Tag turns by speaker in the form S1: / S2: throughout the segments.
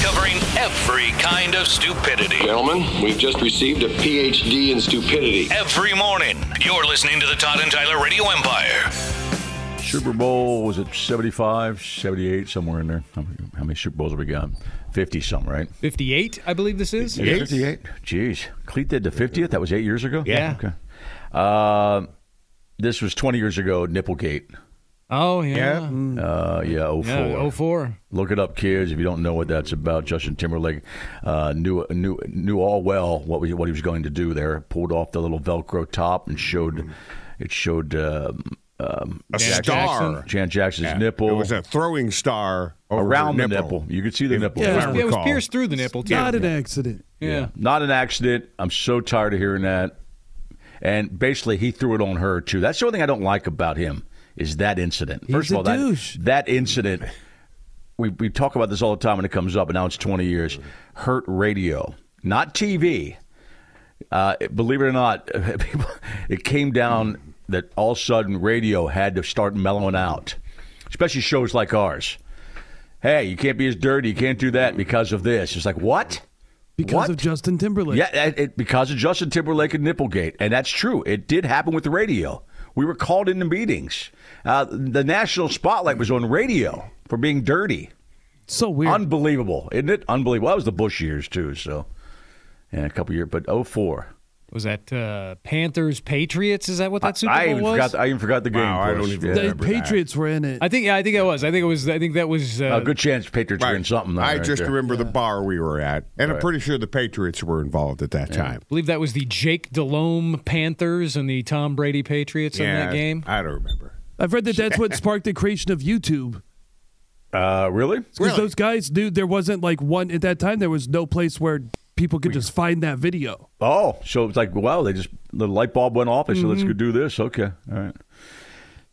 S1: Covering every kind of stupidity.
S2: Gentlemen, we've just received a PhD in stupidity.
S1: Every morning, you're listening to the Todd and Tyler Radio Empire.
S3: Super Bowl was it 75, 78, somewhere in there? How many, how many Super Bowls have we got? 50 some, right?
S4: 58, I believe this is.
S3: Yeah, 58. Jeez. Cleat did the 50th? That was eight years ago?
S4: Yeah.
S3: Okay. Uh, this was 20 years ago, Nipplegate.
S4: Oh, yeah.
S3: Uh, yeah, 04.
S4: Yeah, oh, 04.
S3: Look it up, kids. If you don't know what that's about, Justin Timberlake uh, knew knew knew all well what we, what he was going to do there. Pulled off the little Velcro top and showed it showed um, um,
S5: A
S4: Jack
S5: star.
S4: Jackson.
S3: Jan Jackson's
S5: Yeah.
S3: nipple
S5: It was a throwing star over
S3: around the
S5: the
S3: nipple. You could see the nipple.
S5: Yeah.
S4: It was-
S5: I
S4: it was
S5: recall.
S4: pierced through the nipple, too.
S6: Not an accident.
S4: yeah.
S3: Not an accident. I'm so tired of hearing that. And basically, he threw it on her too. That's the only thing I don't like about him is that incident. First
S6: a
S3: of all, that
S6: douche.
S3: that incident. We we talk about this all the time when it comes up, and now it's 20 years. Hurt radio, not TV. Uh, believe it or not, people, it came down that all of a sudden radio had to start mellowing out, especially shows like ours. Hey, you can't be as dirty. You can't do that because of this. It's like what?
S6: Because
S3: What?
S6: of Justin Timberlake.
S3: Yeah, it, it, because of Justin Timberlake and Nipplegate, and that's true. It did happen with the radio. We were called into meetings. Uh, the national spotlight was on radio for being dirty.
S6: So weird.
S3: Unbelievable, isn't it? Unbelievable. That was the Bush years too. So, and a couple years, but 04.
S4: Was that uh, Panthers Patriots? Is that what that Super
S3: I
S4: Bowl
S3: even
S4: was?
S3: forgot. I even forgot the game.
S5: Wow, I
S3: of course.
S5: don't even
S3: Yeah.
S6: the
S5: remember that.
S6: Patriots were in it.
S4: I think yeah, I think it was. I think it was. I think that was. Uh,
S3: A Oh, good chance Patriots were in
S5: Right.
S3: something.
S5: I
S3: right
S5: just
S3: there.
S5: remember the bar we were at, and I'm pretty sure the Patriots were involved at that time.
S4: I believe that was the Jake Delhomme Panthers and the Tom Brady Patriots in that game.
S5: I don't remember.
S6: I've read that that's what sparked the creation of YouTube.
S3: Uh, really?
S6: Because those guys knew there wasn't like one at that time. There was no place where people could just find that video.
S3: Oh, so it's like wow, they just the light bulb went off. They said, "Let's go do this." Okay, all right.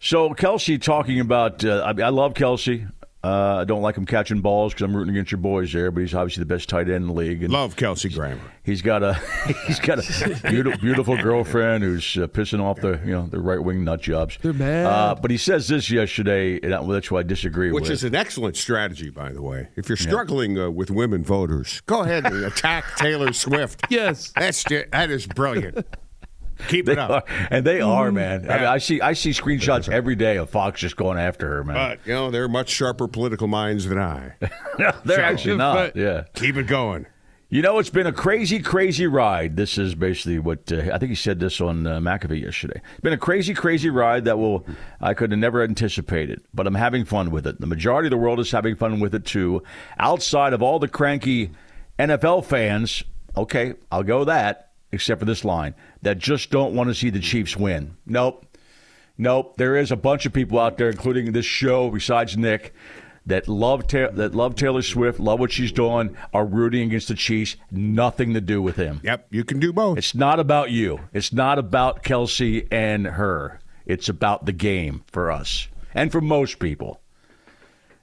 S3: So Kelsey talking about, uh, I, I love Kelsey. Uh, I don't like him catching balls because I'm rooting against your boys there, but he's obviously the best tight end in the league. And
S5: Love Kelsey Grammer.
S3: He's got a he's got a beautiful, beautiful girlfriend who's uh, pissing off the you know the right wing nut jobs.
S6: They're mad.
S3: Uh, but he says this yesterday, and I- well, that's why I disagree
S5: Which
S3: with.
S5: is an excellent strategy, by the way. If you're struggling uh, with women voters, go ahead and attack Taylor Swift.
S6: Yes.
S5: That's ju- that is brilliant. Keep
S3: they
S5: it up.
S3: are, and they are man. I, mean, I see I see screenshots every day of Fox just going after her, man.
S5: But you know, they're much sharper political minds than I.
S3: no, they're actually not.
S6: but-
S3: Yeah.
S5: Keep it going.
S3: You know, it's been a crazy, crazy ride. This is basically what uh, I think he said this on uh, McAfee yesterday. It's been a crazy, crazy ride that will I could have never anticipated, but I'm having fun with it. The majority of the world is having fun with it too. Outside of all the cranky NFL fans, okay, I'll go that. Except for this line that just don't want to see the Chiefs win. Nope. Nope, there is a bunch of people out there, including this show, besides Nick, that love Ta- that love Taylor Swift, love what she's doing, are rooting against the Chiefs. Nothing to do with him.
S5: Yep, you can do both.
S3: It's not about you. It's not about Kelsey and her. It's about the game for us and for most people.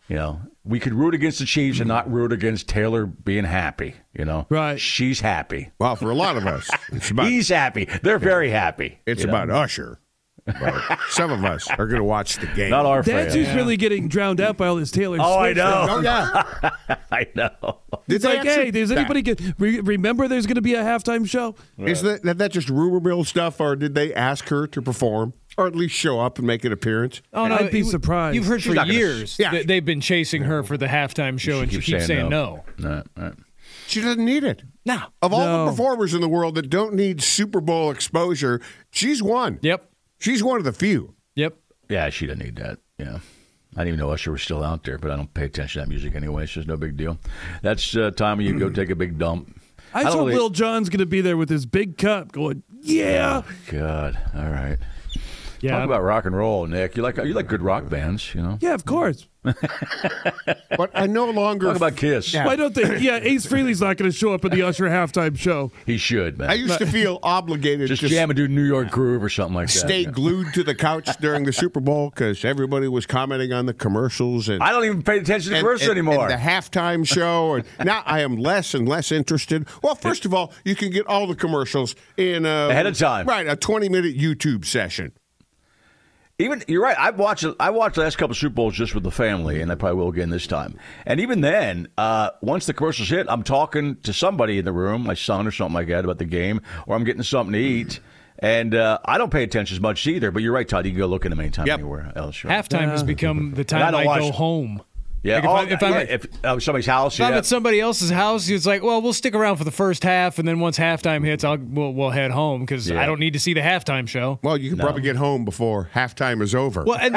S3: You know, we could root against the Chiefs and not root against Taylor being happy. You know,
S6: Right.
S3: She's happy.
S5: well, for a lot of us, it's about
S3: He's happy. They're very happy.
S5: it's
S3: you know?
S5: about Usher. But some of us are going to watch the game.
S3: not our fans.
S6: That's who's really getting drowned out by all this Taylor
S3: Oh, I
S6: Swift stuff.
S3: know.
S5: Oh yeah.
S3: I know.
S5: Did
S6: It's
S5: they
S6: like,
S5: actually-
S6: hey, does anybody get re- remember? There's going to be a halftime show.
S5: Is that, that that just rumor mill stuff, or did they ask her to perform, or at least show up and make an appearance?
S4: Oh, no,
S6: I'd be
S4: you-
S6: surprised.
S4: You've heard for
S3: not gonna-
S4: years
S5: Yeah.
S4: that they've been chasing her for the halftime show, and she keeps saying, no.
S3: No, no.
S5: She doesn't need it.
S4: No.
S5: Of all
S6: No.
S5: the performers in the world that don't need Super Bowl exposure, she's one.
S4: Yep.
S5: She's one of the few.
S4: Yep.
S3: Yeah, she doesn't need that. Yeah. I didn't even know Usher was still out there, but I don't pay attention to that music anyway. It's just no big deal. That's uh, time when you go take a big dump.
S6: I,
S3: don't
S6: thought
S3: really-
S6: Lil John's going to be there with his big cup going, yeah.
S3: God, all right.
S4: Yeah,
S3: Talk about rock and roll, Nick. You like you like good rock bands, you know.
S6: Yeah, of course.
S5: But I no longer.
S3: Talk about Kiss.
S6: Why don't they? Yeah, Ace Frehley's not going to show up at the Usher halftime show.
S3: He should, man.
S5: I used to feel obligated
S3: just,
S5: to
S3: jam and do New York groove or something like that.
S5: stay
S3: Yeah.
S5: glued to the couch during the Super Bowl because everybody was commenting on the commercials and
S3: I don't even pay attention to
S5: and-
S3: Chris
S5: and-
S3: anymore.
S5: and the halftime show, and now I am less and less interested. Well, first of all, you can get all the commercials in a,
S3: Ahead of time.
S5: right? A twenty-minute YouTube session.
S3: even you're right. I watched I watched the last couple Super Bowls just with the family, and I probably will again this time. And even then, uh, once the commercials hit, I'm talking to somebody in the room, my son or something like that, about the game, or I'm getting something to eat. And uh, I don't pay attention as much either. But you're right, Todd. You can go look at them anytime,
S5: Yep.
S3: anywhere else. You're right.
S4: halftime
S6: Ah.
S4: has become the
S3: I
S4: time
S3: don't
S4: I,
S3: watch
S4: go
S3: it.
S4: home.
S3: Yeah,
S4: Like,
S3: oh,
S4: if I- if I'm
S3: yeah,
S4: at-
S3: if, uh, somebody's house,
S4: If I'm
S3: yeah.
S4: at somebody else's house, it's like, well, we'll stick around for the first half, and then once halftime hits, I'll we'll, we'll head home because
S3: Yeah.
S4: I don't need to see the halftime show.
S5: Well, you can probably get home before halftime is over.
S4: Well, and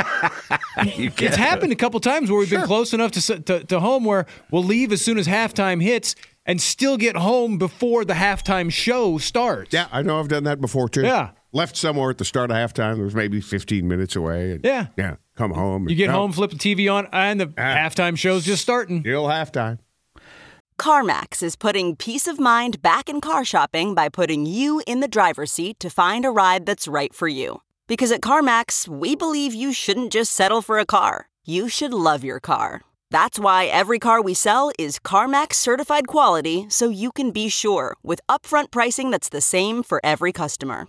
S4: it's happened a couple times where we've been close enough to, s- to to home where we'll leave as soon as halftime hits and still get home before the halftime show starts.
S5: yeah, I know I've done that before too.
S4: Yeah.
S5: left somewhere at the start of halftime. It was maybe fifteen minutes away. and-
S4: Yeah.
S5: yeah, come home. and-
S4: You get
S5: no,
S4: home, flip the TV on, and
S3: Ah.
S4: the halftime show's just starting.
S5: Still halftime.
S7: CarMax is putting peace of mind back in car shopping by putting you in the driver's seat to find a ride that's right for you. Because at CarMax, we believe you shouldn't just settle for a car, you should love your car. That's why every car we sell is CarMax certified quality so you can be sure with upfront pricing that's the same for every customer.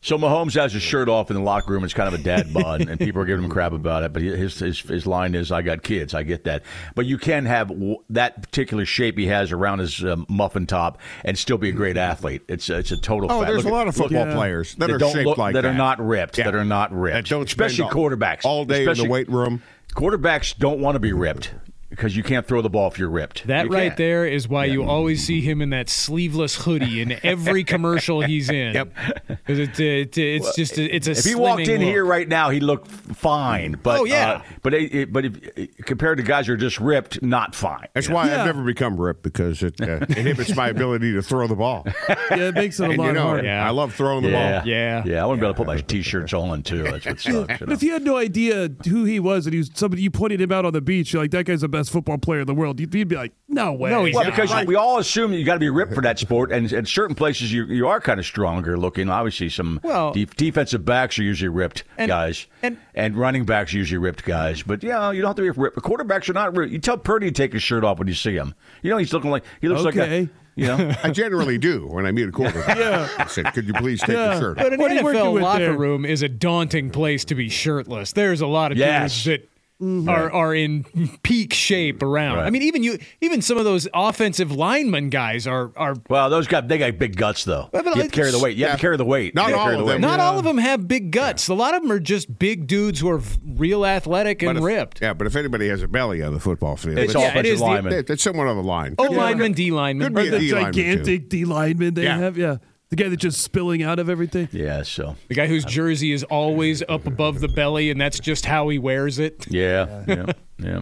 S3: So Mahomes has his shirt off in the locker room. It's kind of a dad bod, and people are giving him crap about it. But his his, his line is, "I got kids. I get that." But you can have w- that particular shape he has around his um, muffin top and still be a great athlete. It's a, it's a total.
S5: Oh,
S3: fact.
S5: there's
S3: Look at-
S5: a lot of
S3: look-
S5: football
S6: Yeah.
S5: players that,
S3: that
S5: are
S3: don't
S5: shaped
S3: look-
S5: like
S3: that
S5: that.
S3: are not ripped,
S5: Yeah.
S3: that are not ripped,
S5: That don't spend
S3: especially
S5: all-
S3: quarterbacks.
S5: all day in the
S3: Especially-
S5: weight room.
S3: Quarterbacks don't want to be ripped because you can't throw the ball if you're ripped.
S4: That
S3: You
S4: right
S3: can't.
S4: there is why you always see him in that sleeveless hoodie in every commercial he's in. Yep, because it's it's it's just a, it's a.
S3: If he walked
S4: slimming
S3: in here
S4: look.
S3: right now, he looked fine. But
S4: Oh, yeah.
S3: uh, but it, it- but if, compared to guys who are just ripped, not fine.
S5: That's why I've never become ripped because it uh, inhibits my ability to throw the ball.
S6: Yeah, it makes it a
S5: And
S6: lot
S5: you know,
S6: harder.
S4: Yeah.
S5: I love throwing the
S3: Yeah.
S5: ball.
S4: Yeah.
S3: Yeah. I wouldn't be able to put my t shirts on, too. That's what sucks. you
S6: But
S3: know.
S6: if you had no idea who he was and he was somebody you pointed him out on the beach, you're like, that guy's the best football player in the world. You'd, you'd be like, no way.
S4: No, he's
S3: Well,
S4: not.
S3: because we all assume you got to be ripped for that sport, and at certain places you you are kind of stronger looking. Obviously, some
S4: Well-
S3: def- defensive backs are usually ripped
S4: And-
S3: guys,
S4: and-
S3: running backs are usually ripped guys. But yeah, you don't have to be ripped. Quarterbacks are not ripped. You tell Purdy to take his shirt off when you see him. You know he's looking like he looks like a
S6: Okay.
S3: you know.
S5: I generally do when I meet a quarterback. yeah. I said, could you please take your shirt off?
S4: But an
S6: What are you working
S4: NFL
S6: with
S4: locker
S6: there?
S4: room is a daunting place to be shirtless. There's a lot of
S3: Yes.
S4: dudes that
S6: Mm-hmm.
S4: are are in peak shape around. I
S3: Right.
S4: mean, even you, even some of those offensive lineman guys are are.
S3: Well, those guys they got big guts though. You
S4: Well, but
S3: have to carry the weight. You have
S5: Yeah.
S3: to carry the weight.
S5: Not
S3: You have to
S5: all
S3: carry
S5: of
S3: the
S5: them.
S3: weight.
S4: Not all of them have big guts. A lot of them are just big dudes who are v- real athletic and
S5: But if-
S4: ripped.
S5: Yeah, but if anybody has a belly on the football field,
S3: It's
S5: it's,
S3: all
S4: Yeah, it
S3: offensive
S4: is the-
S3: linemen.
S5: that- that's someone on the line.
S4: O lineman, D
S5: Could
S4: lineman.
S5: be
S6: Or
S5: a
S6: the
S5: D lineman, too.
S6: gigantic D lineman they
S5: Yeah.
S6: have. Yeah. The guy that's just spilling out of everything.
S3: yeah. So
S4: The guy whose jersey is always up above the belly, and that's just how he wears it.
S3: Yeah, yeah, yeah.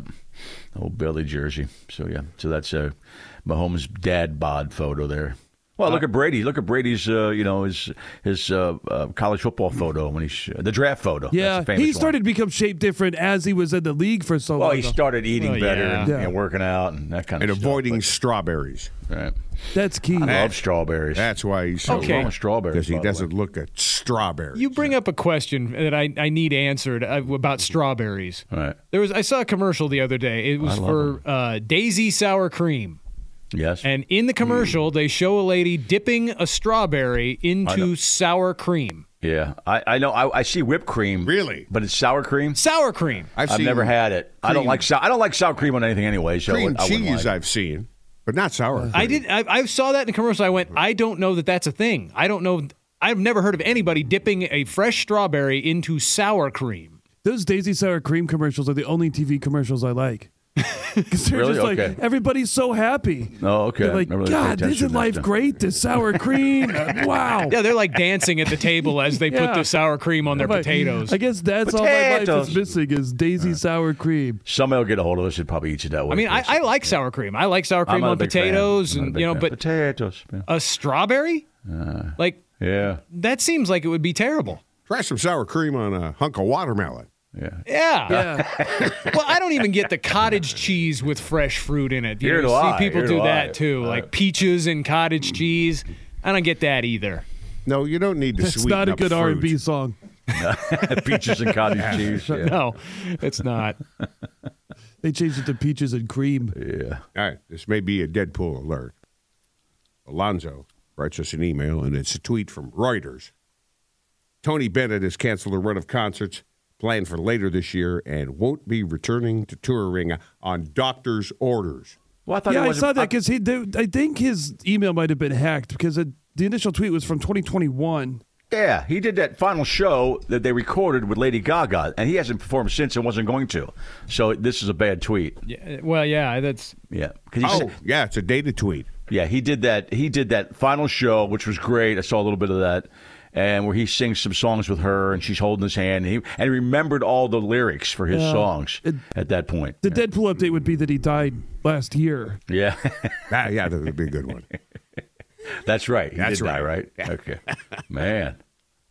S3: Old Billy jersey. So yeah, so that's uh, Mahomes' dad bod photo there. Well, look at Brady. Look at Brady's, uh, you know, his his uh, uh, college football photo when he's uh, the draft photo. That's
S6: Yeah.
S3: a famous
S6: He
S3: one.
S6: started to become shape different as he was in the league for so
S3: Well,
S6: long.
S3: he
S6: though.
S3: started eating
S4: Well,
S3: better
S4: yeah.
S3: and,
S6: Yeah.
S3: and working out and that kind
S5: And
S3: of
S5: avoiding
S3: Stuff,
S5: strawberries.
S3: but, right.
S6: That's key.
S3: I love strawberries.
S5: That's why he's so
S4: Okay.
S3: Wrong with strawberries,
S5: Because
S3: by
S5: he
S3: the way.
S5: doesn't look at strawberries.
S4: You bring up a question that I, I need answered uh, about strawberries.
S3: Right.
S4: There was I saw a commercial the other day. It was for uh, Daisy sour cream.
S3: Yes.
S4: And in the
S6: Mm.
S4: commercial, they show a lady dipping a strawberry into sour cream.
S3: Yeah, I, I know. I, I see whipped cream.
S5: Really?
S3: But it's sour cream.
S4: Sour cream.
S3: I've, never had it. I don't
S5: cream-
S3: like sour. I don't like sour cream on anything anyway. So
S5: cream
S3: I wouldn't
S5: cheese.
S3: Like.
S5: I've seen, but not sour.
S4: I did. I, I saw that in a commercial. I went. I don't know that that's a thing. I don't know. I've never heard of anybody dipping a fresh strawberry into sour cream.
S6: Those Daisy Sour Cream commercials are the only TV commercials I like. 'Cause they're
S3: Really?
S6: just like,
S3: Okay.
S6: everybody's so happy.
S3: Oh, okay.
S6: They're like,
S3: Never really paid
S6: God,
S3: attention
S6: isn't
S3: to that
S6: life
S3: stuff."
S6: great? This sour cream. Uh, wow.
S4: Yeah, they're like dancing at the table as they
S6: Yeah.
S4: put the sour cream on their
S6: But
S4: potatoes.
S6: I guess that's all my life
S3: Potatoes. Uh,
S6: is missing is Daisy Sour Cream.
S3: Somebody will get a hold of us and probably eat it that way.
S4: I mean, I, I like sour cream. I like sour cream on potatoes, and you know, but
S3: potatoes. Yeah.
S4: a strawberry,
S6: Uh.
S4: like
S3: yeah,
S4: that seems like it would be terrible.
S5: Try some sour cream on a hunk of watermelon.
S4: Yeah.
S6: Yeah.
S4: Well, I don't even get the cottage cheese with fresh fruit in it. You
S3: Here
S4: know,
S3: do
S4: see
S3: I,
S4: people
S3: here
S4: do
S3: do I.
S4: that too,
S3: Uh,
S4: like peaches and cottage cheese. I don't get that either.
S5: No, you don't need to
S6: It's
S5: sweeten
S6: not a
S5: up
S6: good
S5: fruit.
S6: R and B song.
S3: peaches and cottage cheese. Yeah.
S4: No, it's not.
S6: They changed it to peaches and cream.
S5: All right, this may be a Deadpool alert. Alonzo writes us an email, and it's a tweet from Reuters. Tony Bennett has canceled a run of concerts planned for later this year and won't be returning to touring on doctor's orders.
S3: Well, I thought
S6: yeah,
S3: it
S6: I
S3: was
S6: saw that because he. They, I think his email might have been hacked because it, the initial tweet was from 2021.
S3: Yeah, he did that final show that they recorded with Lady Gaga, and he hasn't performed since and wasn't going to. So this is a bad tweet.
S4: Yeah, well, yeah, that's
S3: Yeah, 'Cause he said-
S5: Oh, yeah, it's a data tweet.
S3: Yeah, he did that. He did that final show, which was great. I saw a little bit of that, and where he sings some songs with her, and she's holding his hand. And he and he remembered all the lyrics for his songs at that point.
S6: The Deadpool update would be that he died last year.
S3: Yeah,
S5: Ah, yeah, that would be a good one.
S3: that's right. He
S5: That's
S3: did die,
S5: right.
S3: right? Okay, man.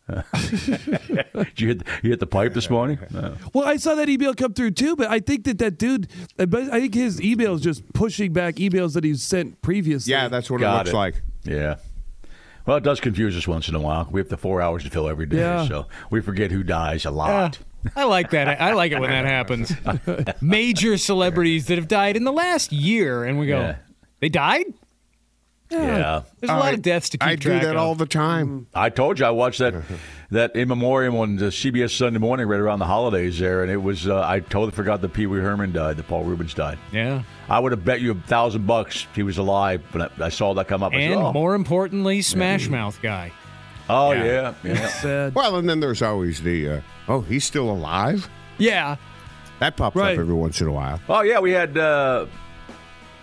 S3: did you hit you hit the pipe this morning? No.
S6: Well, I saw that email come through too, but I think that that dude, I bet- I think his email is just pushing back emails that he's sent previously.
S5: Yeah, that's what it
S3: Got
S5: looks
S3: it.
S5: like.
S3: Yeah. Well, it does confuse us once in a while. We have the four hours to fill every day,
S6: Yeah.
S3: so we forget who dies a lot.
S4: I like that. I, I like it when that happens. Major celebrities that have died in the last year, and we go,
S3: Yeah.
S4: they died.
S3: yeah.
S4: There's a lot of deaths to keep
S5: I do
S4: track
S5: that
S4: of.
S5: all the time.
S3: I told you I watched that that in memoriam on the CBS Sunday morning right around the holidays there, and it was uh, I totally forgot that Pee Wee Herman died, that Paul Rubens died.
S4: yeah,
S3: I would have bet you a thousand bucks he was alive, but I, I saw that come up. I said,
S4: and
S3: oh,
S4: more importantly, Smash Mouth guy.
S3: Oh yeah, yeah.
S6: sad.
S5: Well, and then there's always the uh, oh, he's still alive.
S4: Yeah,
S5: That pops
S6: Right.
S5: up every once in a while.
S3: oh yeah. We had uh,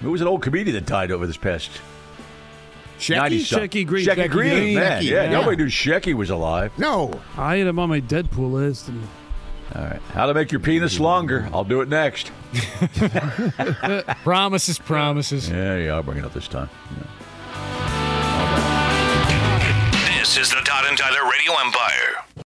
S3: it was an old comedian that died over this past ninety something.
S6: Shecky Green.
S3: Shecky
S6: Shecky
S3: Green,
S6: Green.
S3: man.
S5: Shecky,
S3: yeah,
S5: yeah.
S3: nobody knew Shecky was alive.
S5: No,
S6: I had him on my Deadpool list. And
S3: How to make your penis longer? I'll do it next.
S4: promises, promises.
S3: Yeah, yeah. I'll bring it up this time. Yeah.
S1: This is the Todd and Tyler Radio Empire.